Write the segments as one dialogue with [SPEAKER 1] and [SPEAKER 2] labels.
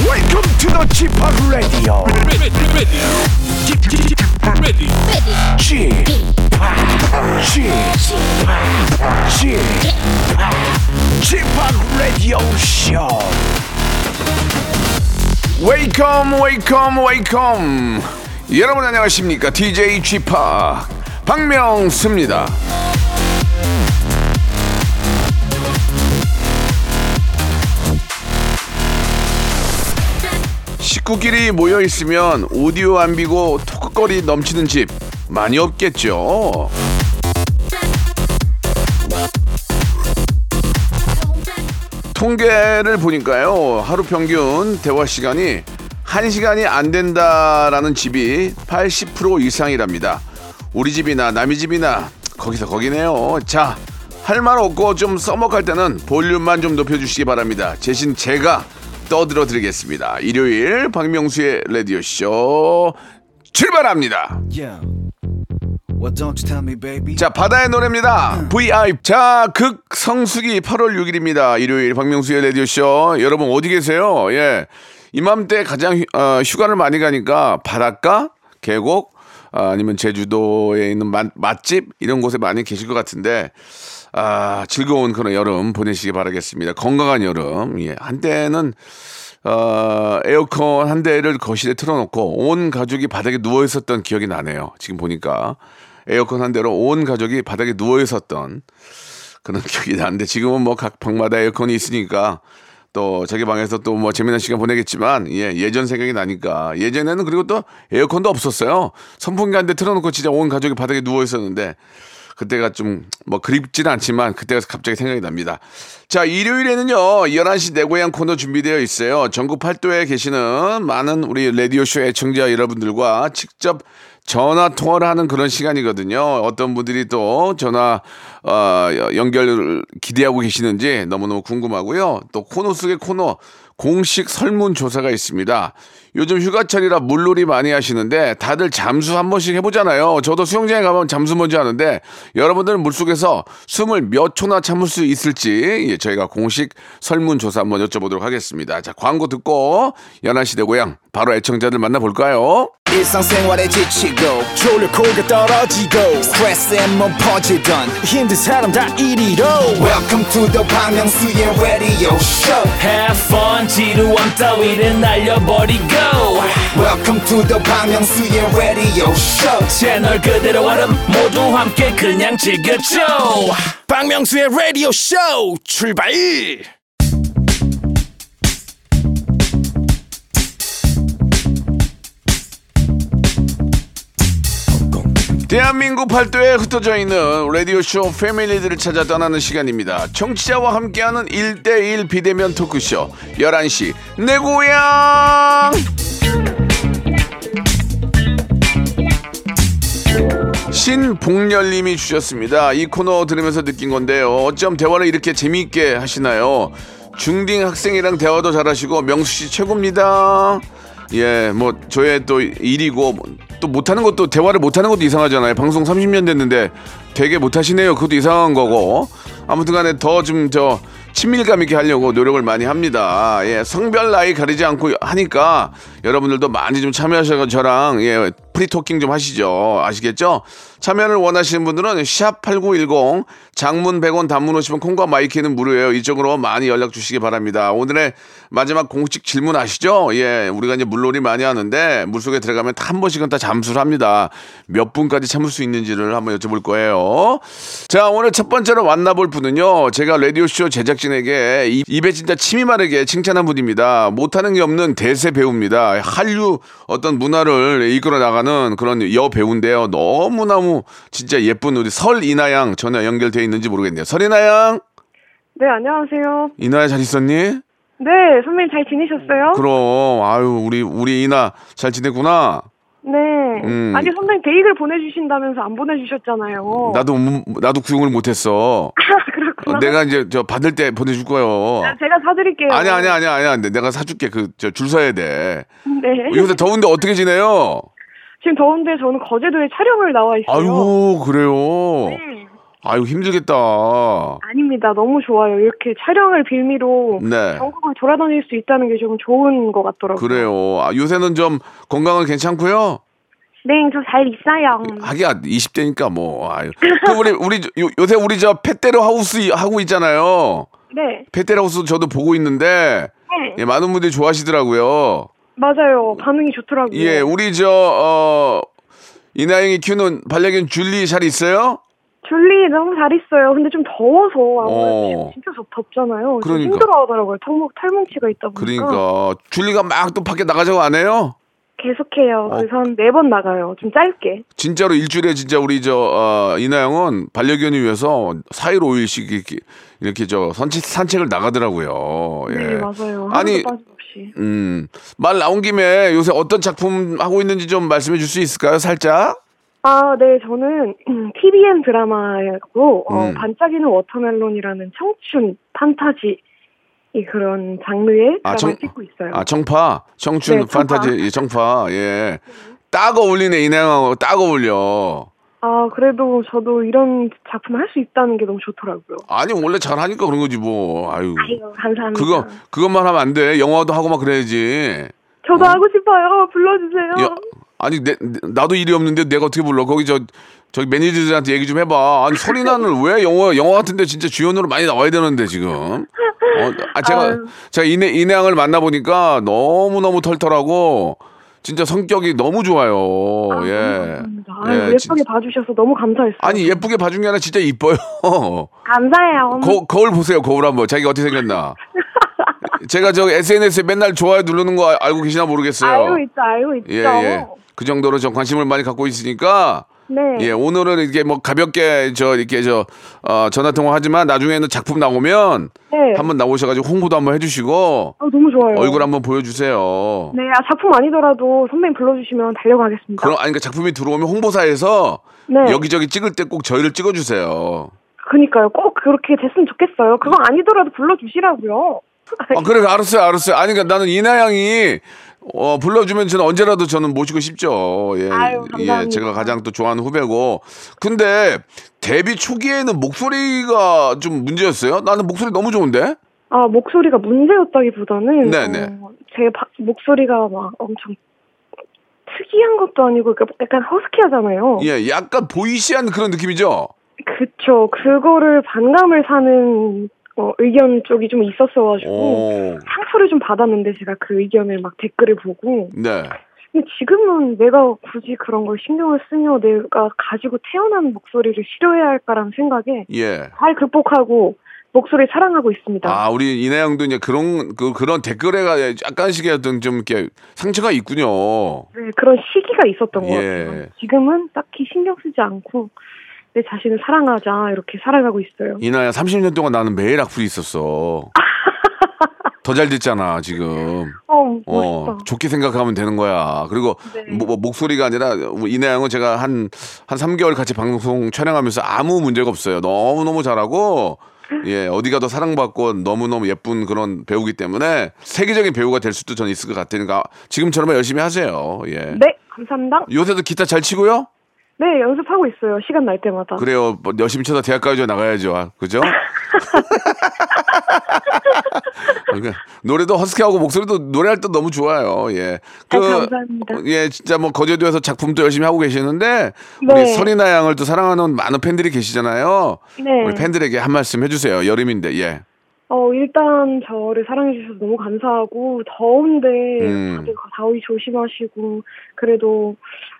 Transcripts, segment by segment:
[SPEAKER 1] to the Chip Radio.
[SPEAKER 2] ready, ready, ready, ready.
[SPEAKER 1] Chip, Chip, Chip, Chip Radio Show. Welcome, welcome, welcome. 여러분 안녕하십니까? DJ G p 박명수입니다. 식구끼리 모여 있으면 오디오 안 비고 토크거리 넘치는 집 많이 없겠죠. 통계를 보니까요. 하루 평균 대화 시간이 1시간이 안 된다라는 집이 80% 이상이랍니다. 우리 집이나 남의 집이나 거기서 거기네요. 자, 할 말 없고 좀 써먹할 때는 볼륨만 좀 높여주시기 바랍니다. 대신 제가 떠들어 드리겠습니다. 일요일 박명수의 라디오쇼 출발합니다.
[SPEAKER 3] Yeah. Well, don't you tell me, baby.
[SPEAKER 1] 자 바다의 노래입니다. VIP 자극 성수기 8월 6일입니다. 일요일 박명수의 라디오 쇼 여러분 어디 계세요? 예 이맘때 가장 휴, 어, 휴가를 많이 가니까 바닷가 계곡 아, 아니면 제주도에 있는 맛, 맛집 이런 곳에 많이 계실 것 같은데 아, 즐거운 그런 여름 보내시기 바라겠습니다. 건강한 여름 예 한때는 어, 에어컨 한 대를 거실에 틀어놓고 온 가족이 바닥에 누워 있었던 기억이 나네요. 지금 보니까 에어컨 한 대로 온 가족이 바닥에 누워 있었던 그런 기억이 나는데 지금은 뭐 각 방마다 에어컨이 있으니까 또 자기 방에서 또 뭐 재미난 시간 보내겠지만 예 예전 생각이 나니까 예전에는 그리고 또 에어컨도 없었어요. 선풍기 한 대 틀어놓고 진짜 온 가족이 바닥에 누워 있었는데 그때가 좀 뭐 그립진 않지만 그때가 갑자기 생각이 납니다. 자, 일요일에는요. 11시 내 고향 코너 준비되어 있어요. 전국 팔도에 계시는 많은 우리 라디오쇼 애청자 여러분들과 직접 전화 통화를 하는 그런 시간이거든요. 어떤 분들이 또 전화 어, 연결 기대하고 계시는지 너무너무 궁금하고요. 또 코너 속의 코너 공식 설문조사가 있습니다. 요즘 휴가철이라 물놀이 많이 하시는데 다들 잠수 한 번씩 해보잖아요. 저도 수영장에 가면 잠수 먼저 하는데 여러분들은 물속에서 숨을 몇 초나 참을 수 있을지 예, 저희가 공식 설문조사 한번 여쭤보도록 하겠습니다. 자, 광고 듣고 연안시대 고향 바로 애청자들 만나볼까요?
[SPEAKER 4] 일상생활에 지치고, 졸려 코가 떨어지고, 스트레스에 몸 퍼지던, 힘든 사람 다 이리로. welcome to the Bang Myung-soo's radio show
[SPEAKER 5] Have fun 지루함 따위를 날려버리고
[SPEAKER 4] welcome to the Bang Myung-soo's radio show
[SPEAKER 5] 채널 그대로 얼음 모두 함께 그냥 즐겨줘
[SPEAKER 3] 박명수의 라디오 쇼 출발!
[SPEAKER 1] 대한민국 팔도에 흩어져 있는 라디오쇼 패밀리들을 찾아 떠나는 시간입니다. 청취자와 함께하는 1대1 비대면 토크쇼 11시 내 고향 신복렬님이 네. 주셨습니다. 이 코너 들으면서 느낀 건데요. 어쩜 대화를 이렇게 재미있게 하시나요? 중딩 학생이랑 대화도 잘하시고 명수 씨 최고입니다. 예, 뭐 저의 또 일이고 뭐 또 못하는 것도 대화를 못하는 것도 이상하잖아요. 방송 30년 됐는데 되게 못하시네요. 그것도 이상한 거고 아무튼간에 더 좀 저 친밀감 있게 하려고 노력을 많이 합니다. 예, 성별 나이 가리지 않고 하니까 여러분들도 많이 좀 참여하셔서 저랑 예, 프리토킹 좀 하시죠. 아시겠죠? 참여를 원하시는 분들은 샵8910 장문 100원 단문 50원 콩과 마이키는 무료예요. 이쪽으로 많이 연락 주시기 바랍니다. 오늘의 마지막 공식 질문 아시죠? 예, 우리가 이제 물놀이 많이 하는데 물속에 들어가면 다 한 번씩은 다 잠수를 합니다. 몇 분까지 참을 수 있는지를 한번 여쭤볼 거예요. 자, 오늘 첫 번째로 만나볼 분은요. 제가 라디오쇼 제작진에게 입- 입에 진짜 침이 마르게 칭찬한 분입니다. 못하는 게 없는 대세 배우입니다. 한류 어떤 문화를 이끌어 나가는 그런 여 배우인데요. 너무너무 진짜 예쁜 우리 설이나 양 전화 연결되어 있는지 모르겠네요. 설이나 양,
[SPEAKER 6] 네, 안녕하세요.
[SPEAKER 1] 이나야 잘 있었니?
[SPEAKER 6] 네, 선배님 잘 지내셨어요?
[SPEAKER 1] 그럼 아유 우리 우리 이나 잘 지냈구나.
[SPEAKER 6] 네.
[SPEAKER 1] 음.
[SPEAKER 6] 아니, 선배님 계획을 보내주신다면서 안 보내주셨잖아요.
[SPEAKER 1] 나도 음, 나도 구용을 못했어.
[SPEAKER 6] 아, 그렇구나.
[SPEAKER 1] 어, 내가 이제 저 받을 때 보내줄 거예요.
[SPEAKER 6] 제가 사드릴게요.
[SPEAKER 1] 아. 아니 아니 아니 아니 아니 내가 사줄게 그 저 줄 서야 돼.
[SPEAKER 6] 네.
[SPEAKER 1] 요새 더운데 어떻게 지내요?
[SPEAKER 6] 지금 더운데 저는 거제도에 촬영을 나와 있어요.
[SPEAKER 1] 아이고 그래요.
[SPEAKER 6] 네.
[SPEAKER 1] 아유 힘들겠다.
[SPEAKER 6] 아닙니다. 너무 좋아요. 이렇게 촬영을 빌미로
[SPEAKER 1] 네.
[SPEAKER 6] 전국을 돌아다닐 수 있다는 게 조금 좋은 것 같더라고요.
[SPEAKER 1] 그래요. 아, 요새는 좀 건강은 괜찮고요.
[SPEAKER 6] 네, 저 잘 있어요.
[SPEAKER 1] 하기야 20대니까 뭐. 아유. 그 우리 우리 저- 요, 요새 우리 저 펫테로 하우스 이- 하고 있잖아요.
[SPEAKER 6] 네,
[SPEAKER 1] 펫테로 하우스 저도 보고 있는데
[SPEAKER 6] 네.
[SPEAKER 1] 예, 많은 분들이 좋아하시더라고요.
[SPEAKER 6] 맞아요. 반응이 좋더라고요.
[SPEAKER 1] 예, 우리 저 어, 이나영이 키우는 반려견 줄리 잘 있어요?
[SPEAKER 6] 줄리 너무 잘 있어요. 근데 좀 더워서 아무래도
[SPEAKER 1] 어.
[SPEAKER 6] 지금 진짜 덥- 덥잖아요. 좀
[SPEAKER 1] 그러니까.
[SPEAKER 6] 힘들어하더라고요. 털목 털뭉치가 있다 보니까
[SPEAKER 1] 그러니까
[SPEAKER 6] 어.
[SPEAKER 1] 줄리가 막 또 밖에 나가자고 안 해요?
[SPEAKER 6] 계속해요.
[SPEAKER 1] 어.
[SPEAKER 6] 그래서 한 네 번 나가요. 좀 짧게.
[SPEAKER 1] 진짜로 일주일에 진짜 우리 저 어, 이나영은 반려견을 위해서 4일 5일씩 이렇게, 이렇게 저 산책, 산책을 나가더라고요. 예.
[SPEAKER 6] 네, 맞아요.
[SPEAKER 1] 아니,
[SPEAKER 6] 아니 빠짐없이.
[SPEAKER 1] 음, 말 나온 김에 요새 어떤 작품 하고 있는지 좀 말씀해 줄 수 있을까요? 살짝?
[SPEAKER 6] 아, 네, 저는 TVN 드라마고 어,
[SPEAKER 1] 음.
[SPEAKER 6] 반짝이는 워터멜론이라는 청춘 판타지 이 그런 장르의
[SPEAKER 1] 아,
[SPEAKER 6] 드라마를
[SPEAKER 1] 청-
[SPEAKER 6] 찍고 있어요.
[SPEAKER 1] 아, 청파. 청춘
[SPEAKER 6] 네, 청파.
[SPEAKER 1] 판타지 예, 청파. 예. 딱 어울리네, 이나영하고 딱 어울려.
[SPEAKER 6] 아, 그래도 저도 이런 작품 할 수 있다는 게 너무 좋더라고요.
[SPEAKER 1] 아니, 원래 잘하니까 그런 거지, 뭐. 아유.
[SPEAKER 6] 아이고, 그러니까. 감사합니다.
[SPEAKER 1] 음. 그거, 그것만 하면 안 돼. 영화도 하고 막 그래야지.
[SPEAKER 6] 저도 하고 싶어요. 불러주세요.
[SPEAKER 1] 야, 아니 내, 내- 나도 일이 없는데 내가 어떻게 불러? 거기 저 저기 매니저들한테 얘기 좀 해봐. 아니 소리나는 왜 영화 영화 같은데 진짜 주연으로 많이 나와야 되는데 지금. 어, 아 제가
[SPEAKER 6] 아유.
[SPEAKER 1] 제가 인해 인해양을 만나 보니까 너무 너무 털털하고 진짜 성격이 너무 좋아요.
[SPEAKER 6] 아, 너무
[SPEAKER 1] 예.
[SPEAKER 6] 감사합니다. 아유, 예쁘게
[SPEAKER 1] 진짜.
[SPEAKER 6] 봐주셔서 너무 감사했어요.
[SPEAKER 1] 아니 예쁘게 봐준 게 아니라 진짜 이뻐요.
[SPEAKER 6] 감사해요.
[SPEAKER 1] 거, 거울 보세요 거울 한번 자기가 어떻게 생겼나. 제가 저 SNS에 맨날 좋아요 누르는 거 아- 알고 계시나 모르겠어요.
[SPEAKER 6] 알고 있죠, 알고 있죠.
[SPEAKER 1] 예, 예. 그 정도로 좀 관심을 많이 갖고 있으니까
[SPEAKER 6] 네.
[SPEAKER 1] 예, 오늘은 이렇게 뭐 가볍게 저 이렇게 저 어, 전화 통화하지만 나중에는 작품 나오면
[SPEAKER 6] 네.
[SPEAKER 1] 한번 나오셔 가지고 홍보도 한번 해 주시고
[SPEAKER 6] 아, 너무 좋아요.
[SPEAKER 1] 얼굴 한번 보여 주세요.
[SPEAKER 6] 네, 아, 작품 아니더라도 선배님 불러주시면 달려가겠습니다.
[SPEAKER 1] 그럼 아니 그러니까 작품이 들어오면 홍보사에서
[SPEAKER 6] 네.
[SPEAKER 1] 여기저기 찍을 때 꼭 저희를 찍어 주세요.
[SPEAKER 6] 그니까요. 꼭 그렇게 됐으면 좋겠어요. 그건 아니더라도 불러주시라고요.
[SPEAKER 1] 아, 그래 알았어요. 알았어요. 아니 그러니까 나는 이나 양이 어, 불러주면 저는 언제라도 저는 모시고 싶죠. 예.
[SPEAKER 6] 아유, 감사합니다.
[SPEAKER 1] 예, 제가 가장 또 좋아하는 후배고. 근데 데뷔 초기에는 목소리가 좀 문제였어요? 나는 목소리 너무 좋은데?
[SPEAKER 6] 아, 목소리가 문제였다기보다는
[SPEAKER 1] 네, 네.
[SPEAKER 6] 어, 제 바- 목소리가 막 엄청 특이한 것도 아니고 그러니까 약간 허스키하잖아요.
[SPEAKER 1] 예, 약간 보이시한 그런 느낌이죠?
[SPEAKER 6] 그쵸. 그거를 반감을 사는 어, 의견 쪽이 좀 있었어가지고
[SPEAKER 1] 오.
[SPEAKER 6] 상처를 좀 받았는데 제가 그 의견을 막 댓글을 보고
[SPEAKER 1] 네.
[SPEAKER 6] 근데 지금은 내가 굳이 그런 걸 신경을 쓰며 내가 가지고 태어난 목소리를 싫어해야 할까라는 생각에
[SPEAKER 1] 예.
[SPEAKER 6] 잘 극복하고 목소리 사랑하고 있습니다.
[SPEAKER 1] 아, 우리 이나 양도 이제 그런, 그, 그런 댓글에 약간씩의 어떤 좀 이렇게 상처가 있군요.
[SPEAKER 6] 네, 그런 시기가 있었던 것
[SPEAKER 1] 예.
[SPEAKER 6] 같아요. 지금은 딱히 신경 쓰지 않고 내 자신을 사랑하자 이렇게 살아가고 있어요.
[SPEAKER 1] 이나야 30년 동안 나는 매일 악플이 있었어. 더 잘 됐잖아 지금.
[SPEAKER 6] 어, 멋있다.
[SPEAKER 1] 어 좋게 생각하면 되는 거야. 그리고
[SPEAKER 6] 네.
[SPEAKER 1] 뭐, 뭐 목소리가 아니라 이나양은 제가 한 한 3개월 같이 방송 촬영하면서 아무 문제가 없어요. 너무 너무 잘하고 예 어디가 더 사랑받고 너무 너무 예쁜 그런 배우기 때문에 세계적인 배우가 될 수도 저는 있을 것 같으니까 지금처럼 열심히 하세요. 예.
[SPEAKER 6] 네, 감사합니다.
[SPEAKER 1] 요새도 기타 잘 치고요.
[SPEAKER 6] 네, 연습하고 있어요. 시간 날 때마다.
[SPEAKER 1] 그래요. 뭐 열심히 쳐서 대학까지 나가야죠. 아, 그죠? 그러니까 노래도 허스키하고 목소리도 노래할 때 너무 좋아요. 예.
[SPEAKER 6] 아, 감사합니다.
[SPEAKER 1] 예, 진짜 뭐 거제도에서 작품도 열심히 하고 계시는데
[SPEAKER 6] 네.
[SPEAKER 1] 우리 설이나 양을 또 사랑하는 많은 팬들이 계시잖아요.
[SPEAKER 6] 네.
[SPEAKER 1] 우리 팬들에게 한 말씀 해주세요. 여름인데 예.
[SPEAKER 6] 어, 일단 저를 사랑해주셔서 너무 감사하고, 더운데,
[SPEAKER 1] 음.
[SPEAKER 6] 다들 더위 조심하시고, 그래도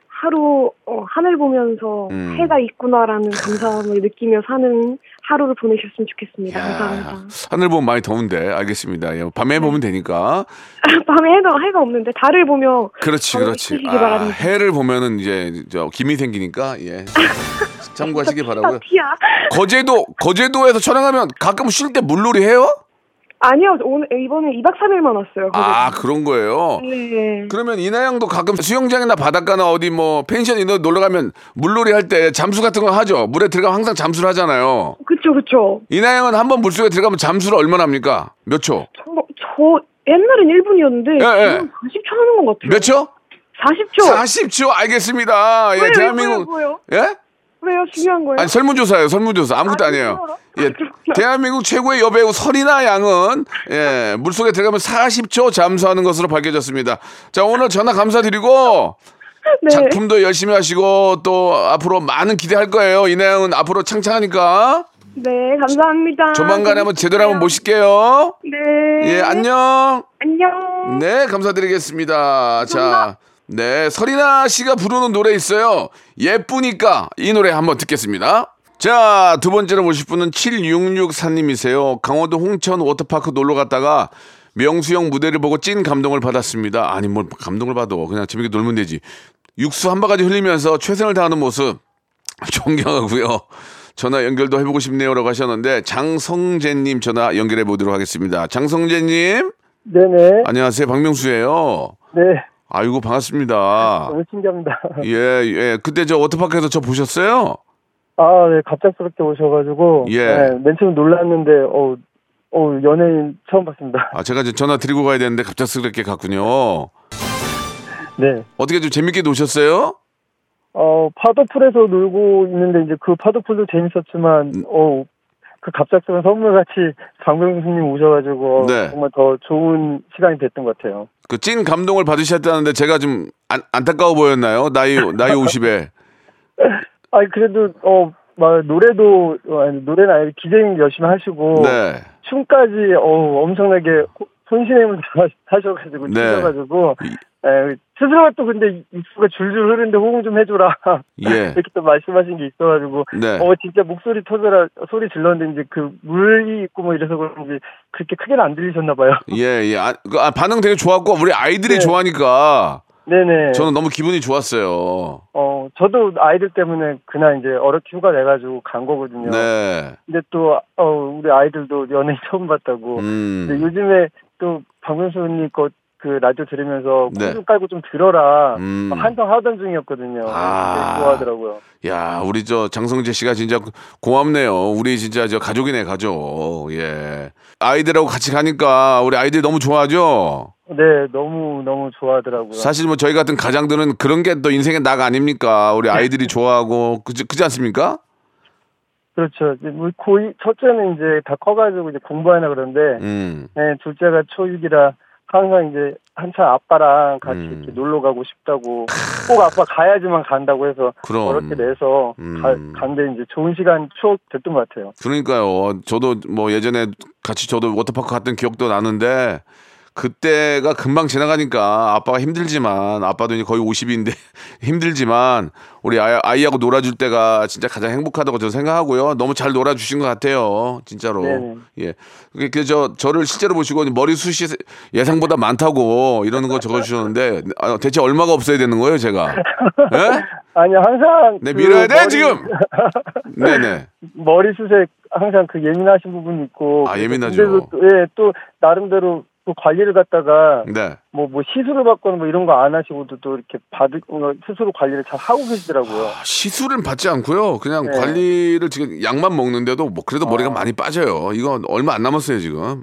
[SPEAKER 6] 하루, 어, 하늘 보면서
[SPEAKER 1] 음.
[SPEAKER 6] 해가 있구나라는 감사함을 느끼며 사는 하루를 보내셨으면 좋겠습니다. 네.
[SPEAKER 1] 야,
[SPEAKER 6] 감사합니다.
[SPEAKER 1] 아, 하늘 보면 많이 더운데 알겠습니다. 예, 밤에 보면 되니까.
[SPEAKER 6] 밤에 해가, 해가 없는데, 달을 보며,
[SPEAKER 1] 그렇지,
[SPEAKER 6] 저를
[SPEAKER 1] 그렇지.
[SPEAKER 6] 지키시기
[SPEAKER 1] 아,
[SPEAKER 6] 바랍니다.
[SPEAKER 1] 해를 보면은 이제 저 김이 생기니까 예. 참고하시기 바라고요.
[SPEAKER 6] 피야.
[SPEAKER 1] 거제도 거제도에서 촬영하면 가끔 쉴 때 물놀이 해요?
[SPEAKER 6] 아니요, 오늘, 이번에 2박 3일만 왔어요.
[SPEAKER 1] 아 그런 거예요.
[SPEAKER 6] 네.
[SPEAKER 1] 그러면 이나양도 가끔 수영장이나 바닷가나 어디 뭐 펜션 이런 데 놀러 가면 물놀이 할 때 잠수 같은 거 하죠. 물에 들어가면 항상 잠수를 하잖아요.
[SPEAKER 6] 그쵸, 그쵸.
[SPEAKER 1] 이나양은 한번 물속에 들어가면 잠수를 얼마나 합니까? 몇 초?
[SPEAKER 6] 저, 저 옛날엔 1분이었는데,
[SPEAKER 1] 예, 예.
[SPEAKER 6] 지금 40초 하는 것 같아요.
[SPEAKER 1] 몇 초?
[SPEAKER 6] 40초.
[SPEAKER 1] 40초 알겠습니다. 예,
[SPEAKER 6] 왜, 왜,
[SPEAKER 1] 대한민국
[SPEAKER 6] 왜, 왜요?
[SPEAKER 1] 예?
[SPEAKER 6] 왜요? 중요한 거예요?
[SPEAKER 1] 아니 설문조사예요 설문조사 아무것도
[SPEAKER 6] 아,
[SPEAKER 1] 아니에요
[SPEAKER 6] 진짜요?
[SPEAKER 1] 예
[SPEAKER 6] 아, 그렇구나.
[SPEAKER 1] 대한민국 최고의 여배우 설이나 양은 예 물속에 들어가면 40초 잠수하는 것으로 밝혀졌습니다 자 오늘 전화 감사드리고
[SPEAKER 6] 네.
[SPEAKER 1] 작품도 열심히 하시고 또 앞으로 많은 기대할 거예요 이나영은 앞으로 창창하니까
[SPEAKER 6] 네, 감사합니다.
[SPEAKER 1] 조만간에 한번 제대로 한번
[SPEAKER 6] 재밌었어요.
[SPEAKER 1] 모실게요
[SPEAKER 6] 네.
[SPEAKER 1] 예 안녕
[SPEAKER 6] 안녕.
[SPEAKER 1] 네, 감사드리겠습니다. 자, 네, 설이나 씨가 부르는 노래 있어요. 예쁘니까 이 노래 한번 듣겠습니다. 자, 두 번째로 모실 분은 7664님이세요. 강원도 홍천 워터파크 놀러 갔다가 명수형 무대를 보고 찐 감동을 받았습니다. 아니, 뭘 감동을 받아. 그냥 재밌게 놀면 되지. 육수 한 바가지 흘리면서 최선을 다하는 모습. 존경하고요. 전화 연결도 해보고 싶네요라고 하셨는데 장성재님 전화 연결해 보도록 하겠습니다. 장성재님.
[SPEAKER 7] 네네.
[SPEAKER 1] 안녕하세요, 박명수예요.
[SPEAKER 7] 네.
[SPEAKER 1] 아이고 아. 반갑습니다.
[SPEAKER 7] 너무 신기합니다.
[SPEAKER 1] 예, 예. 그때 저 워터파크에서 저 보셨어요?
[SPEAKER 7] 아, 네. 갑작스럽게 오셔가지고.
[SPEAKER 1] 예.
[SPEAKER 7] 네, 맨 처음 놀랐는데, 어우, 어우, 연예인 처음 봤습니다.
[SPEAKER 1] 아, 제가 이제 전화 드리고 가야 되는데 갑작스럽게 갔군요.
[SPEAKER 7] 네.
[SPEAKER 1] 어떻게 좀 재밌게 노셨어요?
[SPEAKER 7] 어, 파도풀에서 놀고 있는데, 이제 그 파도풀도 재밌었지만,
[SPEAKER 1] 음.
[SPEAKER 7] 어우, 그 갑작스러운 선물같이 강병수님 오셔가지고, 어,
[SPEAKER 1] 네.
[SPEAKER 7] 정말 더 좋은 시간이 됐던 것 같아요.
[SPEAKER 1] 그 찐 감동을 받으셨다는데 제가 좀 안, 안타까워 보였나요? 나이 나이 50에.
[SPEAKER 7] 아니, 그래도, 어, 막 노래도, 어, 아니, 노래는 아니 기재인 열심히 하시고,
[SPEAKER 1] 네.
[SPEAKER 7] 춤까지 어우, 엄청나게 호- 손신임을 다 하셔가지고
[SPEAKER 1] 네.
[SPEAKER 7] 추셔가지고
[SPEAKER 1] 이-
[SPEAKER 7] 에, 스스로가 또 근데 입술가 줄줄 흐르는데 호응 좀 해줘라
[SPEAKER 1] 예.
[SPEAKER 7] 이렇게 또 말씀하신 게 있어가지고
[SPEAKER 1] 네.
[SPEAKER 7] 어 진짜 목소리 터져라 소리 질렀는데 이제 그 물이 있고 뭐 이래서 그런지 그렇게 크게는 안 들리셨나 봐요
[SPEAKER 1] 예, 예. 아, 그, 아, 반응 되게 좋았고 우리 아이들이
[SPEAKER 7] 네.
[SPEAKER 1] 좋아하니까
[SPEAKER 7] 네네
[SPEAKER 1] 저는 너무 기분이 좋았어요.
[SPEAKER 7] 어 저도 아이들 때문에 그날 이제 어렵게 휴가 내가지고 간 거거든요
[SPEAKER 1] 네.
[SPEAKER 7] 근데 또 어, 우리 아이들도 연예인 처음 봤다고 근데
[SPEAKER 1] 음.
[SPEAKER 7] 요즘에 또 박명수님 거, 그 라디오 들으면서
[SPEAKER 1] 네.
[SPEAKER 7] 코좀 깔고 좀 들어라
[SPEAKER 1] 음.
[SPEAKER 7] 한성 하던 중이었거든요.
[SPEAKER 1] 아.
[SPEAKER 7] 되게 좋아하더라고요.
[SPEAKER 1] 야, 우리 저 장성재 씨가 진짜 고맙네요. 우리 진짜 저 가족이네, 가족. 예. 아이들하고 같이 가니까 우리 아이들 너무 좋아하죠?
[SPEAKER 7] 네, 너무 너무 좋아하더라고요.
[SPEAKER 1] 사실 뭐 저희 같은 가장들은 그런 게 또 인생의 낙 아닙니까? 우리 아이들이 좋아하고, 그지, 그지 않습니까?
[SPEAKER 7] 그렇죠. 이제 우리 고이 첫째는 이제 다 커가지고 이제 공부하나 그런데
[SPEAKER 1] 음.
[SPEAKER 7] 네, 둘째가 초육이라 항상 이제 한참 아빠랑 같이
[SPEAKER 1] 음.
[SPEAKER 7] 이렇게 놀러 가고 싶다고 꼭 아빠 가야지만 간다고 해서
[SPEAKER 1] 그럼.
[SPEAKER 7] 어렵게 내서
[SPEAKER 1] 음.
[SPEAKER 7] 가, 간데 이제 좋은 시간 추억 됐던 것 같아요.
[SPEAKER 1] 그러니까요. 저도 뭐 예전에 같이 저도 워터파크 갔던 기억도 나는데 그때가 금방 지나가니까 아빠가 힘들지만 아빠도 이제 거의 50인데 힘들지만 우리 아이, 아이하고 놀아줄 때가 진짜 가장 행복하다고 저는 생각하고요. 너무 잘 놀아주신 것 같아요. 진짜로.
[SPEAKER 7] 네네.
[SPEAKER 1] 예. 그게 그저 저를 실제로 보시고 머리숱이 예상보다 많다고 이러는 거 적어주셨는데 아, 대체 얼마가 없어야 되는 거예요, 제가? 예?
[SPEAKER 7] 아니 항상
[SPEAKER 1] 네,
[SPEAKER 7] 그
[SPEAKER 1] 밀어야 돼,
[SPEAKER 7] 머리-
[SPEAKER 1] 지금! 네네.
[SPEAKER 7] 머리숱에 항상 그 예민하신 부분이 있고.
[SPEAKER 1] 아,
[SPEAKER 7] 그래서
[SPEAKER 1] 예민하죠.
[SPEAKER 7] 근데도 또, 예, 또 나름대로 또 관리를 갖다가
[SPEAKER 1] 네.
[SPEAKER 7] 뭐, 뭐 시술을 받거나 뭐 이런 거 안 하시고도 또 이렇게 받을, 어, 스스로 관리를 잘 하고 계시더라고요.
[SPEAKER 1] 시술은 받지 않고요. 그냥
[SPEAKER 7] 네.
[SPEAKER 1] 관리를 지금 약만 먹는데도 뭐 그래도 머리가
[SPEAKER 7] 아.
[SPEAKER 1] 많이 빠져요. 이거 얼마 안 남았어요 지금.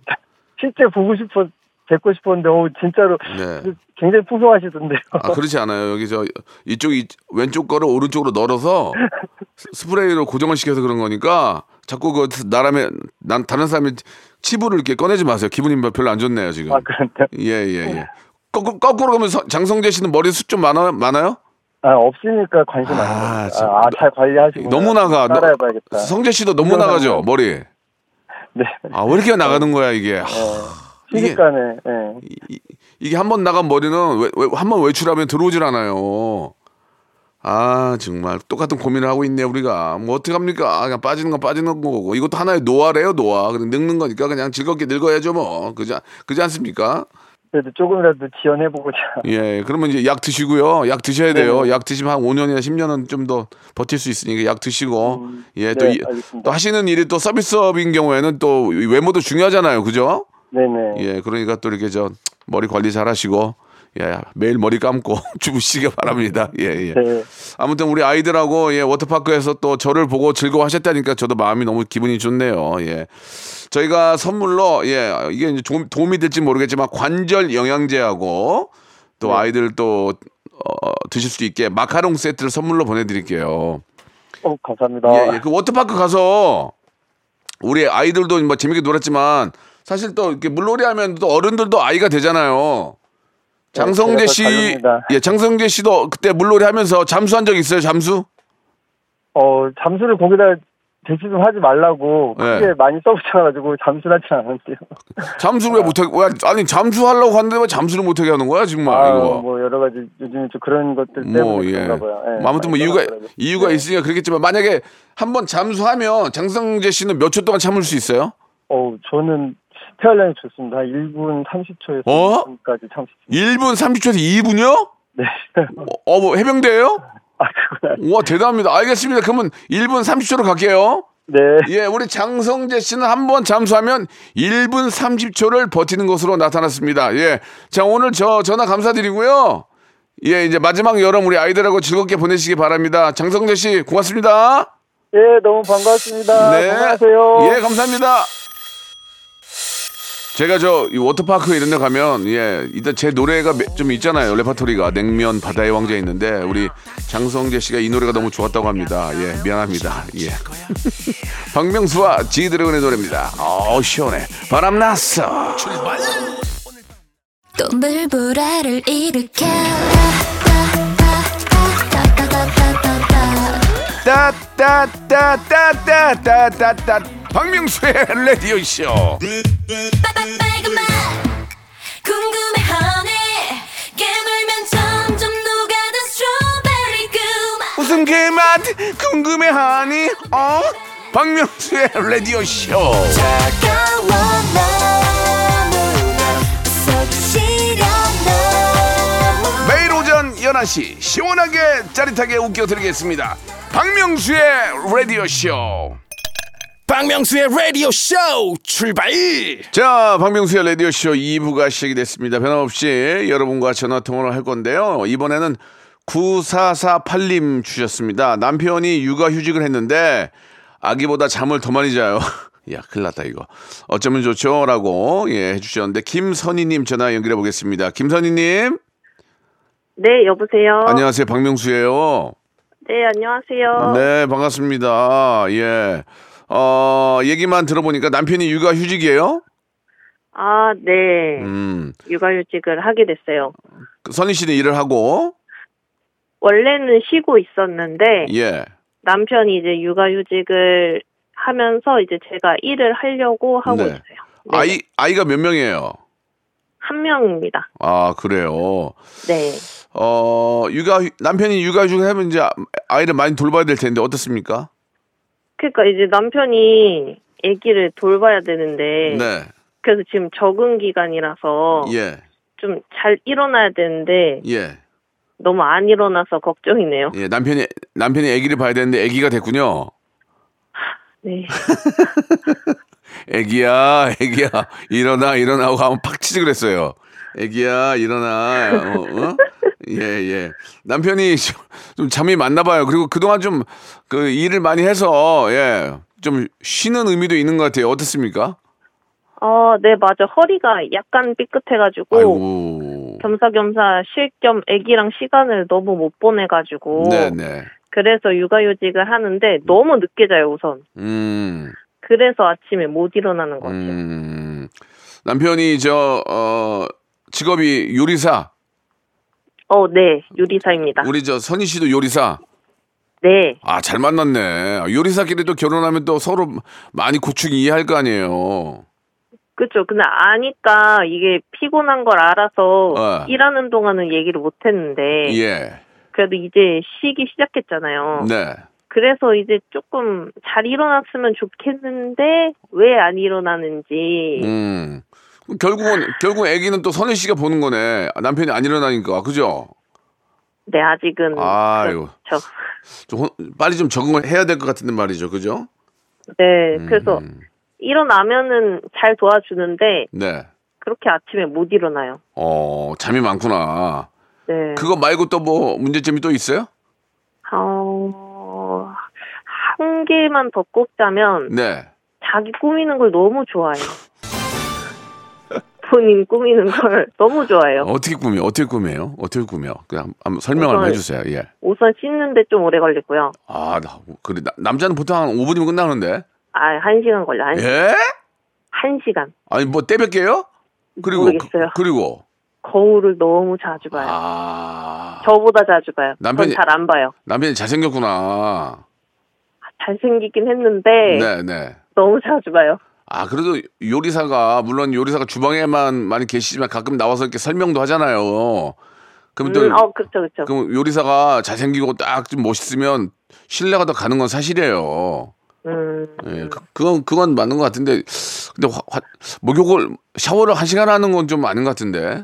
[SPEAKER 7] 실제 보고 싶어, 뵙고 싶었는데, 어, 진짜로
[SPEAKER 1] 네.
[SPEAKER 7] 굉장히 풍성하시던데요.
[SPEAKER 1] 아 그렇지 않아요. 여기 저 이쪽 이, 왼쪽 거를 오른쪽으로 널어서 스- 스프레이로 고정을 시켜서 그런 거니까 자꾸 그 나람의 난 다른 사람의 치부를 이렇게 꺼내지 마세요. 기분이 뭐 별로 안 좋네요 지금.
[SPEAKER 7] 아, 그런데. 네.
[SPEAKER 1] 예예 예. 예. 거꾸로, 거꾸로 그러면 서- 장성재 씨는 머리 숱 좀 많아 많아요?
[SPEAKER 7] 아, 없으니까 관심
[SPEAKER 1] 아,
[SPEAKER 7] 안 아,
[SPEAKER 1] 참.
[SPEAKER 7] 아, 잘 관리하시고.
[SPEAKER 1] 너무 나가. 너-
[SPEAKER 7] 따라해봐야겠다.
[SPEAKER 1] 성재 씨도 너무 나가죠 머리.
[SPEAKER 7] 네.
[SPEAKER 1] 아 왜 이렇게 나가는 거야 이게. 하, 이게-
[SPEAKER 7] 시집간에, 예.
[SPEAKER 1] 이- 이게 한 번 나간 머리는 한 번 외출하면 들어오질 않아요. 아 정말 똑같은 고민을 하고 있네 우리가 뭐 어떻게 합니까? 그냥 빠지는 건 빠지는 거고 이것도 하나의 노화래요 노화. 그냥 늙는 거니까 그냥 즐겁게 늙어야죠 뭐 그지 않- 그지 않습니까?
[SPEAKER 7] 그래도 조금이라도 지원해보고자.
[SPEAKER 1] 예 그러면 이제 약 드시고요 약 드셔야
[SPEAKER 7] 네.
[SPEAKER 1] 돼요. 약 드시면 한 5년이나 10년은 좀 더 버틸 수 있으니까 약 드시고 예 또
[SPEAKER 7] 네, 알겠습니다.
[SPEAKER 1] 또 하시는 일이 또 서비스업인 경우에는 또 외모도 중요하잖아요 그죠?
[SPEAKER 7] 네네.
[SPEAKER 1] 예, 그러니까 또 이렇게 저 머리 관리 잘 하시고 예, 매일 머리 감고 주무시기 바랍니다. 예, 예.
[SPEAKER 7] 네.
[SPEAKER 1] 아무튼 우리 아이들하고 예, 워터파크에서 또 저를 보고 즐거워하셨다니까 저도 마음이 너무 기분이 좋네요. 예. 저희가 선물로 예, 이게 이제 좀 도움이 될지 모르겠지만 관절 영양제하고 또 아이들 또 어, 드실 수 있게 마카롱 세트를 선물로 보내 드릴게요.
[SPEAKER 7] 어, 감사합니다.
[SPEAKER 1] 예, 예. 그 워터파크 가서 우리 아이들도 뭐 재밌게 놀았지만 사실 또 이렇게 물놀이 하면 또 어른들도 아이가 되잖아요. 장성재
[SPEAKER 7] 제가
[SPEAKER 1] 씨,
[SPEAKER 7] 네, 달립니다.
[SPEAKER 1] 예, 장성재 씨도 그때 물놀이 하면서 잠수한 적 있어요? 잠수?
[SPEAKER 7] 어, 잠수를 거기다 대시 좀 하지 말라고
[SPEAKER 1] 예.
[SPEAKER 7] 크게 많이 써붙여가지고 잠수를 하진 않았어요.
[SPEAKER 1] 잠수를
[SPEAKER 7] 네.
[SPEAKER 1] 왜 못하게? 왜, 아니 잠수하려고 하는데 왜 잠수를 못하게 하는 거야 지금 말
[SPEAKER 7] 아,
[SPEAKER 1] 이거.
[SPEAKER 7] 뭐 여러 가지 요즘에 좀 그런 것들 때문에
[SPEAKER 1] 뭐 예.
[SPEAKER 7] 그런가 봐요. 예,
[SPEAKER 1] 뭐 아무튼 뭐
[SPEAKER 7] 많이
[SPEAKER 1] 이유가
[SPEAKER 7] 떠나더라고요.
[SPEAKER 1] 이유가
[SPEAKER 7] 예.
[SPEAKER 1] 있으니까 그렇겠지만 만약에 한번 잠수하면 장성재 씨는 몇 초 동안 참을 수 있어요?
[SPEAKER 7] 어우, 저는 태활량이 좋습니다. 한 1분 30초에서
[SPEAKER 1] 어?
[SPEAKER 7] 2분까지 참수.
[SPEAKER 1] 1분 30초에서 2분요?
[SPEAKER 7] 네.
[SPEAKER 1] 어, 뭐 해병대예요?
[SPEAKER 7] 아, 그건 아니.
[SPEAKER 1] 우와 대단합니다. 알겠습니다. 그러면 1분 30초로 갈게요.
[SPEAKER 7] 네.
[SPEAKER 1] 예, 우리 장성재 씨는 한 번 잠수하면 1분 30초를 버티는 것으로 나타났습니다. 예. 자, 오늘 저 전화 감사드리고요. 예, 이제 마지막 여름 우리 아이들하고 즐겁게 보내시기 바랍니다. 장성재 씨, 고맙습니다.
[SPEAKER 7] 예, 너무 반갑습니다. 안녕하세요.
[SPEAKER 1] 네. 예, 감사합니다. 제가 저이 워터파크 이런 데 가면 예 일단 제 노래가 매- 좀 있잖아요 레파토리가 냉면 바다의 왕자 있는데 우리 장성재 씨가 이 노래가 너무 좋았다고 합니다 예 미안합니다 예 박명수와 지드래곤의 노래입니다 어 시원해 바람 났어
[SPEAKER 8] 또 물보라를 일으켜 따따따따따따따따따.
[SPEAKER 1] 따따따따따따따따 박명수의 라디오 쇼
[SPEAKER 8] 빨간맛 궁금해하네 깨물면 점점 녹아든 스트로베리 그맛
[SPEAKER 1] 무슨 그 맛 궁금해하니 어 박명수의 라디오 쇼
[SPEAKER 8] 차가워 너무나 서지려 너무
[SPEAKER 1] 매일 오전 11시 시원하게 짜릿하게 웃겨드리겠습니다. 박명수의 라디오쇼.
[SPEAKER 9] 박명수의 라디오 쇼 출발!
[SPEAKER 1] 자, 박명수의 라디오쇼 2부가 시작이 됐습니다. 변함없이 여러분과 전화통화를 할 건데요. 이번에는 9448님 주셨습니다. 남편이 육아휴직을 했는데 아기보다 잠을 더 많이 자요. 야, 큰일 났다, 이거. 어쩌면 좋죠? 라고, 예, 해주셨는데, 김선희님 전화 연결해 보겠습니다. 김선희님,
[SPEAKER 10] 네, 여보세요.
[SPEAKER 1] 안녕하세요. 박명수예요
[SPEAKER 10] 네, 안녕하세요.
[SPEAKER 1] 네, 반갑습니다. 예. 어, 얘기만 들어보니까 남편이 육아 휴직이에요?
[SPEAKER 10] 아, 네.
[SPEAKER 1] 음.
[SPEAKER 10] 육아휴직을 하게 됐어요.
[SPEAKER 1] 그 선희 씨는 일을 하고,
[SPEAKER 10] 원래는 쉬고 있었는데
[SPEAKER 1] 예.
[SPEAKER 10] 남편이 이제 육아휴직을 하면서 이제 제가 일을 하려고 하고
[SPEAKER 1] 네.
[SPEAKER 10] 있어요. 네,
[SPEAKER 1] 아이, 아이가 몇 명이에요?
[SPEAKER 10] 한 명입니다.
[SPEAKER 1] 아, 그래요.
[SPEAKER 10] 네.
[SPEAKER 1] 어, 육아, 휴- 남편이 육아 휴직을 하면 이제 아- 아이를 많이 돌봐야 될 텐데, 어떻습니까?
[SPEAKER 10] 그러니까 이제 남편이 아기를 돌봐야 되는데
[SPEAKER 1] 네.
[SPEAKER 10] 그래서 지금 적응 기간이라서
[SPEAKER 1] 예.
[SPEAKER 10] 좀 잘 일어나야 되는데
[SPEAKER 1] 예.
[SPEAKER 10] 너무 안 일어나서 걱정이네요.
[SPEAKER 1] 예. 남편이, 남편이 아기를 봐야 되는데, 아기가 됐군요. 예.
[SPEAKER 10] 네.
[SPEAKER 1] 애기야, 애기야, 일어나, 일어나고 하면 팍 치지 그랬어요. 애기야, 일어나. 어, 어? 예, 예. 남편이 좀- 좀 잠이 많나 봐요. 그리고 그동안 좀 그 일을 많이 해서 예. 좀 쉬는 의미도 있는 것 같아요. 어떻습니까?
[SPEAKER 10] 어, 네, 맞아. 허리가 약간 삐끗해가지고
[SPEAKER 1] 아이고.
[SPEAKER 10] 겸사겸사 쉴 겸 아기랑 시간을 너무 못 보내가지고
[SPEAKER 1] 네, 네.
[SPEAKER 10] 그래서 육아휴직을 하는데 너무 늦게 자요 우선.
[SPEAKER 1] 음.
[SPEAKER 10] 그래서 아침에 못 일어나는 것 같아요.
[SPEAKER 1] 음. 남편이 저 어, 직업이 요리사.
[SPEAKER 10] 어, 네, 요리사입니다.
[SPEAKER 1] 우리 저 선희 씨도 요리사.
[SPEAKER 10] 네,
[SPEAKER 1] 아, 잘 만났네. 요리사끼리 또 결혼하면 또 서로 많이 고충이 이해할 거 아니에요.
[SPEAKER 10] 그렇죠. 근데 아니까 이게 피곤한 걸 알아서
[SPEAKER 1] 어.
[SPEAKER 10] 일하는 동안은 얘기를 못했는데
[SPEAKER 1] 예.
[SPEAKER 10] 그래도 이제 쉬기 시작했잖아요.
[SPEAKER 1] 네.
[SPEAKER 10] 그래서 이제 조금 잘 일어났으면 좋겠는데 왜 안 일어나는지
[SPEAKER 1] 음. 그럼 결국은, 결국 아기는 또 선혜 씨가 보는 거네. 아, 남편이 안 일어나니까. 그죠?
[SPEAKER 10] 네 아직은
[SPEAKER 1] 아유.
[SPEAKER 10] 그렇죠.
[SPEAKER 1] 좀, 혼- 빨리 좀 적응을 해야 될 것 같은데 말이죠. 그죠?
[SPEAKER 10] 네,
[SPEAKER 1] 음,
[SPEAKER 10] 그래서 일어나면은 잘 도와주는데
[SPEAKER 1] 네.
[SPEAKER 10] 그렇게 아침에 못 일어나요.
[SPEAKER 1] 어, 잠이 많구나.
[SPEAKER 10] 네.
[SPEAKER 1] 그거 말고 또 뭐 문제점이 또 있어요?
[SPEAKER 10] 어... 한 개만 더 꼽자면
[SPEAKER 1] 네.
[SPEAKER 10] 자기 꾸미는 걸 너무 좋아해요. 본인 꾸미는 걸 너무 좋아해요.
[SPEAKER 1] 어떻게 꾸며? 어떻게 꾸며요? 어떻게 꾸며? 그냥 한번 설명을 한번
[SPEAKER 10] 우선-
[SPEAKER 1] 해주세요. 예.
[SPEAKER 10] 우선 씻는데 좀 오래 걸리고요.
[SPEAKER 1] 아, 나, 그래. 나- 남자는 보통 한 5분이면 끝나는데.
[SPEAKER 10] 아, 한 시간 걸려. 한,
[SPEAKER 1] 예?
[SPEAKER 10] 한 시간.
[SPEAKER 1] 아니, 뭐, 떼백게요? 그리고,
[SPEAKER 10] 모르겠어요. 네.
[SPEAKER 1] 그, 리고
[SPEAKER 10] 거울을 너무 자주 봐요.
[SPEAKER 1] 아,
[SPEAKER 10] 저보다 자주 봐요.
[SPEAKER 1] 남편이-
[SPEAKER 10] 전 잘 안 봐요.
[SPEAKER 1] 남편이 잘생겼구나.
[SPEAKER 10] 잘생기긴 했는데
[SPEAKER 1] 네, 네.
[SPEAKER 10] 너무 자주 봐요.
[SPEAKER 1] 아, 그래도 요리사가, 물론 요리사가 주방에만 많이 계시지만 가끔 나와서 이렇게 설명도 하잖아요. 그럼 또,
[SPEAKER 10] 음, 어, 그쵸, 그쵸.
[SPEAKER 1] 그럼 요리사가 잘생기고 딱 좀 멋있으면 신뢰가 더 가는 건 사실이에요.
[SPEAKER 10] 음,
[SPEAKER 1] 예, 그- 그건 그건 맞는 것 같은데, 근데 화- 화- 목욕을 샤워를 한 시간 하는 건 좀 아닌 것 같은데,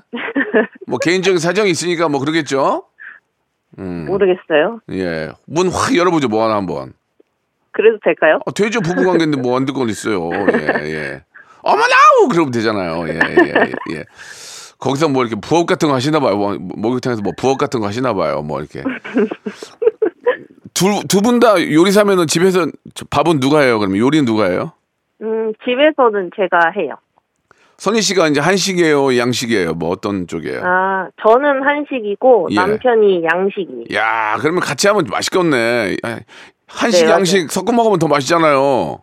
[SPEAKER 1] 뭐 개인적인 사정이 있으니까 뭐 그러겠죠. 음,
[SPEAKER 10] 모르겠어요.
[SPEAKER 1] 예, 문 확 열어보죠, 뭐 하나 한번.
[SPEAKER 10] 그래도 될까요?
[SPEAKER 1] 아, 되죠, 부부 관계인데 뭐 안 될 건 있어요. 예, 예. 어머나! 그러면 되잖아요. 예, 예, 예, 예. 거기서 뭐 이렇게 부업 같은 거 하시나 봐요. 뭐, 목욕탕에서 뭐 부업 같은 거 하시나 봐요. 뭐 이렇게. 두 두 분 다 요리사면은 집에서 밥은 누가 해요? 그러면 요리는 누가 해요?
[SPEAKER 10] 음, 집에서는 제가 해요.
[SPEAKER 1] 선희 씨가 이제 한식이에요, 양식이에요, 뭐 어떤 쪽이에요?
[SPEAKER 10] 아, 저는 한식이고
[SPEAKER 1] 예.
[SPEAKER 10] 남편이 양식이에요.
[SPEAKER 1] 야, 그러면 같이 하면 맛있겠네. 아, 한식,
[SPEAKER 10] 네,
[SPEAKER 1] 양식 섞어 먹으면 더 맛있잖아요.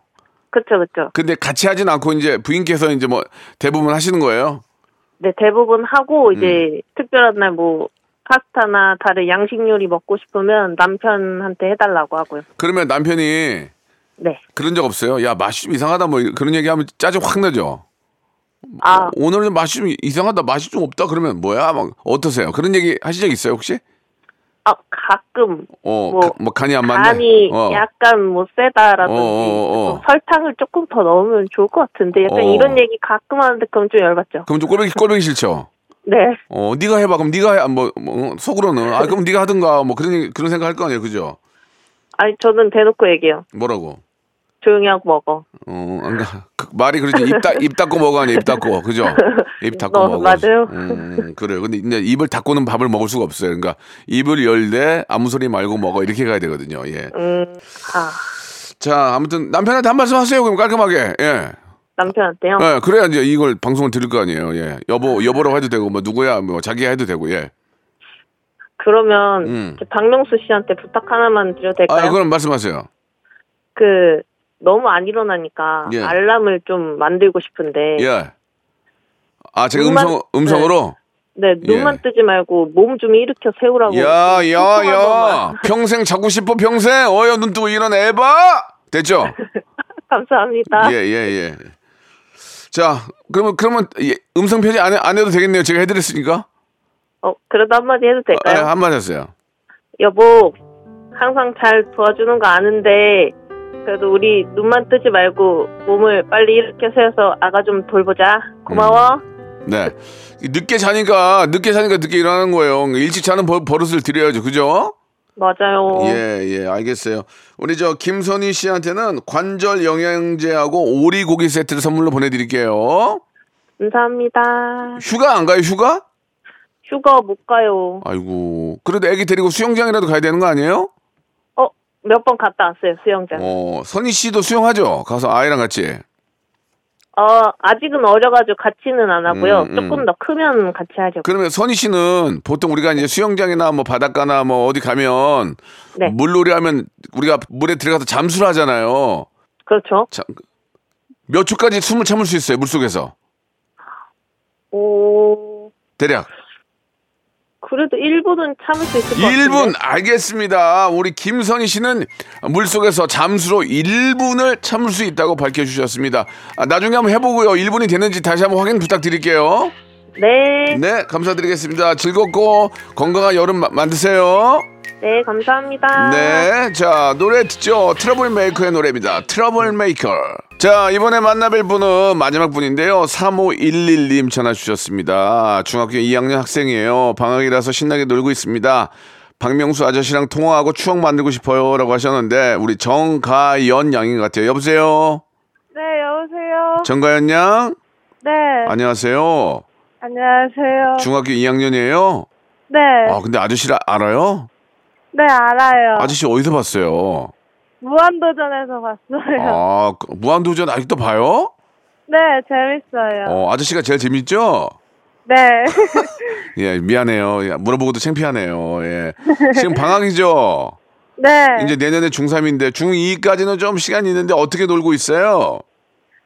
[SPEAKER 10] 그쵸, 그쵸.
[SPEAKER 1] 근데 같이 하진 않고 이제 부인께서 이제 뭐 대부분 하시는 거예요.
[SPEAKER 10] 네, 대부분
[SPEAKER 1] 음.
[SPEAKER 10] 하고 이제 특별한 날 뭐 파스타나 다른 양식 요리 먹고 싶으면 남편한테 해달라고 하고요.
[SPEAKER 1] 그러면 남편이
[SPEAKER 10] 네.
[SPEAKER 1] 그런 적 없어요? 야, 맛이 좀 이상하다 뭐 그런 얘기 하면 짜증 확 나죠.
[SPEAKER 10] 아,
[SPEAKER 1] 오늘은 맛이 좀 이상하다, 맛이 좀 없다 그러면 뭐야? 막 어떠세요? 그런 얘기 하신 적 있어요, 혹시?
[SPEAKER 10] 아 가끔
[SPEAKER 1] 어,
[SPEAKER 10] 뭐,
[SPEAKER 1] 가- 뭐 간이 안 맞네.
[SPEAKER 10] 간이
[SPEAKER 1] 어.
[SPEAKER 10] 약간 뭐 세다라든지
[SPEAKER 1] 어, 어, 어, 어.
[SPEAKER 10] 좀 설탕을 조금 더 넣으면 좋을 것 같은데 약간
[SPEAKER 1] 어.
[SPEAKER 10] 이런 얘기 가끔 하는데 그럼 좀 열받죠.
[SPEAKER 1] 그럼 좀 꼴보기 꼴보기 싫죠.
[SPEAKER 10] 네,
[SPEAKER 1] 어, 네가 해봐. 그럼 네가 해. 뭐, 뭐 속으로는 아 그럼 네가 하든가 뭐 그런 그런 생각 할 거 아니에요, 그죠?
[SPEAKER 10] 아니 저는 대놓고 얘기해요.
[SPEAKER 1] 뭐라고?
[SPEAKER 10] 조용히 하고 먹어.
[SPEAKER 1] 어, 안 가. 그 말이 그러지 입닫입 닫고 먹어 아니야, 입 닫고 그죠? 입 닫고
[SPEAKER 10] 어,
[SPEAKER 1] 먹어.
[SPEAKER 10] 맞아요.
[SPEAKER 1] 음, 그래요. 근데 이제 입을 닫고는 밥을 먹을 수가 없어요. 그러니까 입을 열되 아무 소리 말고 먹어 이렇게 가야 되거든요. 예.
[SPEAKER 10] 음, 아
[SPEAKER 1] 자, 아무튼 남편한테 한 말씀 하세요. 그럼 깔끔하게. 예.
[SPEAKER 10] 남편한테요.
[SPEAKER 1] 예, 그래야 이제 이걸 방송을 들을 거 아니에요. 예. 여보, 여보라고 해도 되고 뭐 누구야 뭐 자기야 해도 되고 예.
[SPEAKER 10] 그러면
[SPEAKER 1] 음.
[SPEAKER 10] 이제 박명수 씨한테 부탁 하나만 드려도 될까요?
[SPEAKER 1] 아, 그럼 말씀하세요.
[SPEAKER 10] 그 너무 안 일어나니까
[SPEAKER 1] 예.
[SPEAKER 10] 알람을 좀 만들고 싶은데
[SPEAKER 1] 예. 아, 제가
[SPEAKER 10] 눈만-
[SPEAKER 1] 음성 음성으로
[SPEAKER 10] 네 눈만
[SPEAKER 1] 예.
[SPEAKER 10] 뜨지 말고 몸 좀 일으켜 세우라고
[SPEAKER 1] 야,
[SPEAKER 10] 좀
[SPEAKER 1] 야,
[SPEAKER 10] 통통한
[SPEAKER 1] 야.
[SPEAKER 10] 것만.
[SPEAKER 1] 평생 자고 싶어 평생. 어여 눈 뜨고 일어나 에바. 됐죠?
[SPEAKER 10] 감사합니다
[SPEAKER 1] 예, 예, 예. 자, 그러면 그러면 예, 음성 편지 안, 해- 안 해도 되겠네요. 제가 해드렸으니까.
[SPEAKER 10] 어 그래도 한마디 해도
[SPEAKER 1] 아,
[SPEAKER 10] 될까요?
[SPEAKER 1] 한마디 하세요.
[SPEAKER 10] 여보, 항상 잘 도와주는 거 아는데, 그래도 우리 눈만 뜨지 말고 몸을 빨리 일으켜 세워서 아가 좀 돌보자. 고마워.
[SPEAKER 1] 네. 늦게 자니까 늦게 자니까 늦게 일어나는 거예요. 일찍 자는 버, 버릇을 드려야죠. 그죠?
[SPEAKER 10] 맞아요.
[SPEAKER 1] 예, 예, 알겠어요. 우리 저 김선희 씨한테는 관절 영양제하고 오리 고기 세트를 선물로 보내드릴게요.
[SPEAKER 10] 감사합니다.
[SPEAKER 1] 휴가 안 가요? 휴가?
[SPEAKER 10] 휴가 못 가요.
[SPEAKER 1] 아이고. 그래도 애기 데리고 수영장이라도 가야 되는 거 아니에요?
[SPEAKER 10] 어, 몇 번 갔다 왔어요, 수영장. 어,
[SPEAKER 1] 어, 선희 씨도 수영하죠? 가서 아이랑 같이.
[SPEAKER 10] 어, 아직은 어려가지고 같이는 안 하고요.
[SPEAKER 1] 음, 음.
[SPEAKER 10] 조금 더 크면 같이 하려고.
[SPEAKER 1] 그러면 선희 씨는 보통 우리가 이제 수영장이나 뭐 바닷가나 뭐 어디 가면
[SPEAKER 10] 네.
[SPEAKER 1] 물놀이 하면 우리가 물에 들어가서 잠수를 하잖아요.
[SPEAKER 10] 그렇죠.
[SPEAKER 1] 자, 몇 초까지 숨을 참을 수 있어요? 물 속에서.
[SPEAKER 10] 오,
[SPEAKER 1] 대략.
[SPEAKER 10] 그래도 1분은 참을 수 있을 것 같아요.
[SPEAKER 1] 1분 알겠습니다. 우리 김선희 씨는 물속에서 잠수로 1분을 참을 수 있다고 밝혀주셨습니다. 아, 나중에 한번 해보고요. 1분이 되는지 다시 한번 확인 부탁드릴게요.
[SPEAKER 10] 네,
[SPEAKER 1] 네, 감사드리겠습니다. 즐겁고 건강한 여름 마- 만드세요.
[SPEAKER 10] 네, 감사합니다.
[SPEAKER 1] 네, 자 노래 듣죠. 트러블 메이커의 노래입니다. 트러블 메이커. 자 이번에 만나뵐 분은 마지막 분인데요. 3511님 전화 주셨습니다. 중학교 2학년 학생이에요. 방학이라서 신나게 놀고 있습니다. 박명수 아저씨랑 통화하고 추억 만들고 싶어요라고 하셨는데 우리 정가연 양인 것 같아요. 여보세요.
[SPEAKER 10] 네, 여보세요.
[SPEAKER 1] 정가연 양.
[SPEAKER 10] 네.
[SPEAKER 1] 아. 안녕하세요.
[SPEAKER 10] 안녕하세요.
[SPEAKER 1] 중학교 2학년이에요.
[SPEAKER 10] 네,
[SPEAKER 1] 아 근데 아저씨를 알아요?
[SPEAKER 10] 네 알아요.
[SPEAKER 1] 아저씨 어디서 봤어요?
[SPEAKER 10] 무한도전에서 봤어요.
[SPEAKER 1] 아 그- 무한도전 아직도 봐요?
[SPEAKER 6] 네, 재밌어요.
[SPEAKER 1] 어, 아저씨가 제일 재밌죠?
[SPEAKER 6] 네.
[SPEAKER 1] 예, 미안해요. 예, 물어보고도 창피하네요. 예. 지금 방학이죠?
[SPEAKER 6] 네.
[SPEAKER 1] 이제 내년에 중3인데 중2까지는 좀 시간이 있는데 어떻게 놀고 있어요?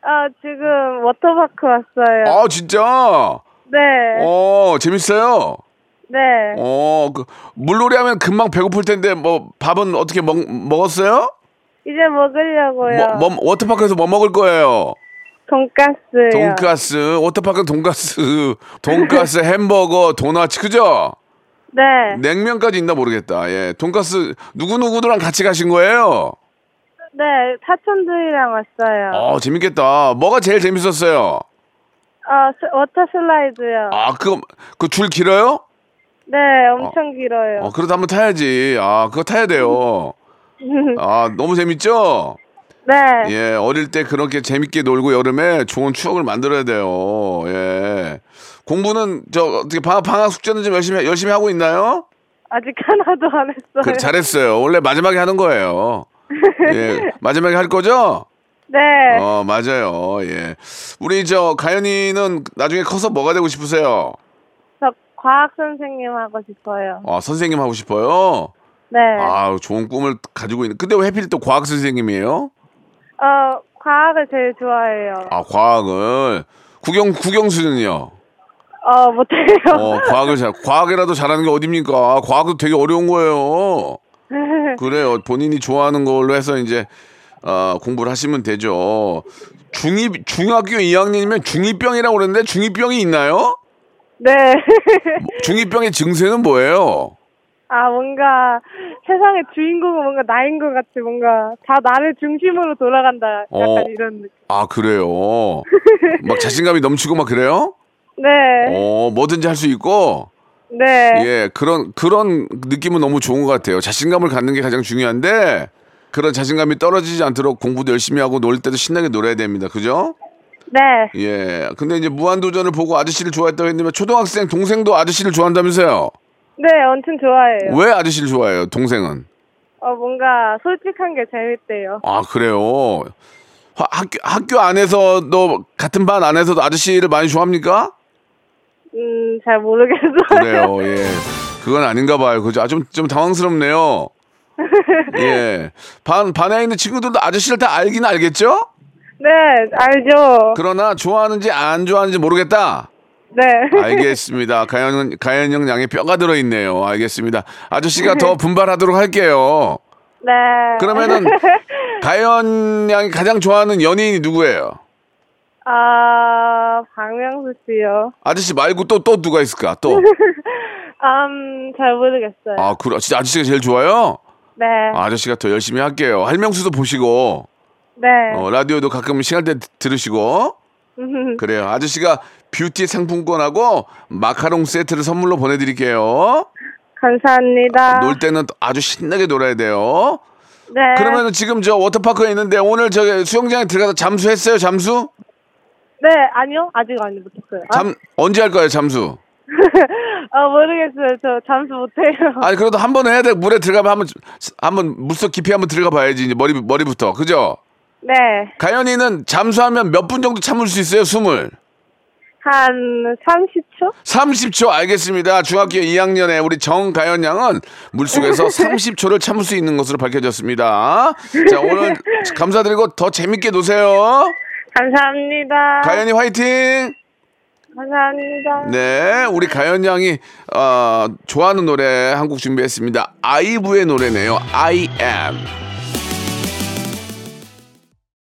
[SPEAKER 6] 아, 지금 워터파크 왔어요.
[SPEAKER 1] 아, 진짜?
[SPEAKER 6] 네.
[SPEAKER 1] 어, 재밌어요?
[SPEAKER 6] 네.
[SPEAKER 1] 어, 그, 물놀이 하면 금방 배고플 텐데 뭐 밥은 어떻게 먹, 먹었어요?
[SPEAKER 6] 이제 먹으려고요.
[SPEAKER 1] 뭐, 뭐, 워터파크에서 뭐 먹을 거예요?
[SPEAKER 6] 돈가스요.
[SPEAKER 1] 돈가스, 워터파크 돈가스, 돈가스, 햄버거, 도넛, 그죠?
[SPEAKER 6] 네.
[SPEAKER 1] 음.
[SPEAKER 6] 네.
[SPEAKER 1] 냉면까지 있나 모르겠다. 예, 돈가스 누구누구들랑 같이 가신 거예요?
[SPEAKER 6] 네, 사촌들이랑 왔어요.
[SPEAKER 1] 어, 재밌겠다. 뭐가 제일 재밌었어요?
[SPEAKER 6] 아, 스- 워터 슬라이드요.
[SPEAKER 1] 아, 그거 그 줄 길어요?
[SPEAKER 6] 네, 엄청 길어요.
[SPEAKER 1] 어, 그래도 한번 타야지. 아, 그거 타야 돼요. 아, 너무 재밌죠?
[SPEAKER 6] 네.
[SPEAKER 1] 예, 어릴 때 그렇게 재밌게 놀고 여름에 좋은 추억을 만들어야 돼요. 예. 공부는 저 어떻게 방학, 방학 숙제는 좀 열심히 열심히 하고 있나요?
[SPEAKER 6] 아직 하나도 안 했어요.
[SPEAKER 1] 그, 잘했어요. 원래 마지막에 하는 거예요. 예, 마지막에 할 거죠?
[SPEAKER 6] 네.
[SPEAKER 1] 어, 맞아요. 예. 우리 저 가연이는 나중에 커서 뭐가 되고 싶으세요?
[SPEAKER 6] 저 과학 선생님 하고 싶어요.
[SPEAKER 1] 아, 선생님 하고 싶어요.
[SPEAKER 6] 네.
[SPEAKER 1] 아, 좋은 꿈을 가지고 있는. 근데 왜 하필 또 과학 선생님이에요?
[SPEAKER 6] 어, 과학을 제일 좋아해요.
[SPEAKER 1] 아, 과학을 구경 구경수는요.
[SPEAKER 6] 어, 못해요.
[SPEAKER 1] 아. 어, 과학을 잘 과학이라도 잘하는 게 어딥니까? 아, 과학도 되게 어려운 거예요. 그래요. 본인이 좋아하는 걸로 해서 이제 아, 공부를 하시면 되죠. 중이 중학교 2학년이면 중이병이라고 그러는데 중이병이 있나요?
[SPEAKER 6] 네.
[SPEAKER 1] 중이병의 증세는 뭐예요?
[SPEAKER 6] 아, 뭔가 세상의 주인공은 뭔가 나인 것 같이 뭔가 다 나를 중심으로 돌아간다. 약간
[SPEAKER 1] 어.
[SPEAKER 6] 이런 느낌.
[SPEAKER 1] 아, 그래요. 막 자신감이 넘치고 막 그래요?
[SPEAKER 6] 네.
[SPEAKER 1] 어, 뭐든지 할 수 있고
[SPEAKER 6] 네.
[SPEAKER 1] 예, 그런 그런 느낌은 너무 좋은 것 같아요. 자신감을 갖는 게 가장 중요한데 그런 자신감이 떨어지지 않도록 공부도 열심히 하고 놀 때도 신나게 놀아야 됩니다. 그죠?
[SPEAKER 6] 네.
[SPEAKER 1] 예. 근데 이제 무한도전을 보고 아저씨를 좋아했다고 했는데 초등학생 동생도 아저씨를 좋아한다면서요?
[SPEAKER 6] 네, 엄청 좋아해요.
[SPEAKER 1] 왜 아저씨를 좋아해요? 동생은?
[SPEAKER 6] 어, 뭔가 솔직한 게 재밌대요.
[SPEAKER 1] 아 그래요. 화- 학교 학교 안에서도 같은 반 안에서도 아저씨를 많이 좋아합니까?
[SPEAKER 6] 음, 잘 모르겠어요.
[SPEAKER 1] 그래요. 예. 그건 아닌가 봐요. 그죠? 아, 좀, 좀 당황스럽네요. 예. 반, 반에 있는 친구들도 아저씨를 다 알긴 알겠죠?
[SPEAKER 6] 네, 알죠.
[SPEAKER 1] 그러나 좋아하는지 안 좋아하는지 모르겠다.
[SPEAKER 6] 네.
[SPEAKER 1] 알겠습니다. 가연, 가연형 양에 뼈가 들어있네요. 알겠습니다. 아저씨가 더 분발하도록 할게요.
[SPEAKER 6] 네.
[SPEAKER 1] 그러면은, 가연 양이 가장 좋아하는 연예인이 누구예요?
[SPEAKER 6] 아, 박명수 씨요.
[SPEAKER 1] 아저씨 말고 또, 또 누가 있을까? 또.
[SPEAKER 6] 음, 잘 모르겠어요.
[SPEAKER 1] 아, 그래. 진짜 아저씨가 제일 좋아요?
[SPEAKER 6] 네.
[SPEAKER 1] 아저씨가 더 열심히 할게요. 할명수도 보시고.
[SPEAKER 6] 네.
[SPEAKER 1] 어, 라디오도 가끔 시간 때 드- 들으시고 그래요. 아저씨가 뷰티 상품권하고 마카롱 세트를 선물로 보내드릴게요.
[SPEAKER 6] 감사합니다.
[SPEAKER 1] 놀 때는 아주 신나게 놀아야 돼요.
[SPEAKER 6] 네.
[SPEAKER 1] 그러면 지금 저 워터파크에 있는데 오늘 저 수영장에 들어가서 잠수했어요? 잠수?
[SPEAKER 6] 네, 아니요. 아직 안 못했어요. 아,
[SPEAKER 1] 잠 언제 할 거예요? 잠수?
[SPEAKER 6] 아, 모르겠어요. 저 잠수 못해요.
[SPEAKER 1] 아니 그래도 한 번 해야 돼. 물에 들어가면 한번 한번 물속 깊이 한번 들어가 봐야지 이제 머리 머리부터 그죠?
[SPEAKER 6] 네.
[SPEAKER 1] 가연이는 잠수하면 몇 분 정도 참을 수 있어요? 숨을?
[SPEAKER 6] 한 30초?
[SPEAKER 1] 30초 알겠습니다. 중학교 2학년에 우리 정가연 양은 물속에서 30초를 참을 수 있는 것으로 밝혀졌습니다. 자, 오늘 감사드리고 더 재밌게 노세요.
[SPEAKER 6] 감사합니다.
[SPEAKER 1] 가연이 화이팅!
[SPEAKER 6] 감사합니다.
[SPEAKER 1] 네, 우리 가연 양이 어, 좋아하는 노래 한 곡 준비했습니다. 아이브의 노래네요. I am.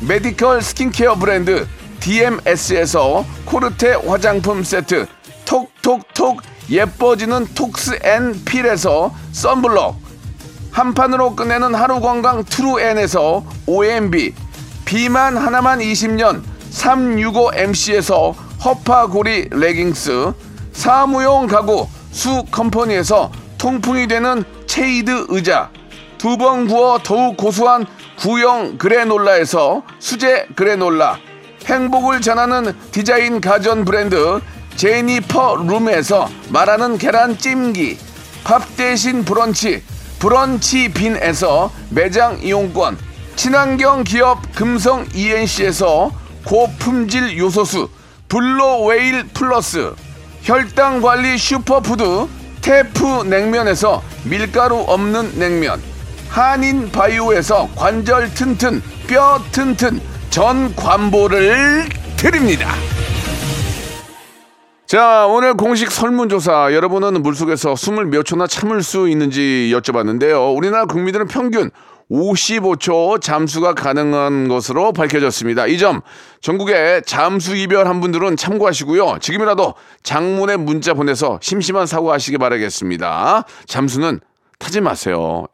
[SPEAKER 1] 메디컬 스킨케어 브랜드 DMS에서 코르테 화장품 세트, 톡톡톡 예뻐지는 톡스 앤 필에서 썬블럭, 한 판으로 끝내는 하루 건강 트루엔에서 OMB 비만 하나만 20년 365MC에서 허파고리 레깅스 사무용 가구 수 컴퍼니에서 통풍이 되는 체이드 의자 두 번 구워 더욱 고소한 구형 그래놀라에서 수제 그래놀라 행복을 전하는 디자인 가전 브랜드 제니퍼 룸에서 말하는 계란 찜기 밥 대신 브런치 브런치 빈에서 매장 이용권 친환경 기업 금성 ENC에서 고품질 요소수 블로웨일 플러스 혈당 관리 슈퍼푸드 테프 냉면에서 밀가루 없는 냉면 한인 바이오에서 관절 튼튼 뼈 튼튼 전 관보를 드립니다. 자, 오늘 공식 설문조사. 여러분은 물속에서 숨을 몇 초나 참을 수 있는지 여쭤봤는데요. 우리나라 국민들은 평균 55초 잠수가 가능한 것으로 밝혀졌습니다. 이 점, 전국에 잠수 이별한 분들은 참고하시고요. 지금이라도 장문에 문자 보내서 심심한 사고하시기 바라겠습니다. 잠수는 타지 마세요.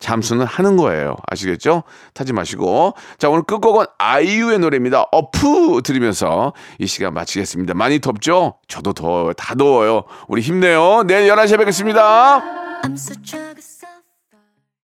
[SPEAKER 1] 잠수는 하는 거예요. 아시겠죠? 타지 마시고. 자, 오늘 끝곡은 아이유의 노래입니다. 어프! 들으면서 이 시간 마치겠습니다. 많이 덥죠? 저도 더워요. 다 더워요. 우리 힘내요. 내일 11시에 뵙겠습니다.
[SPEAKER 8] I'm such a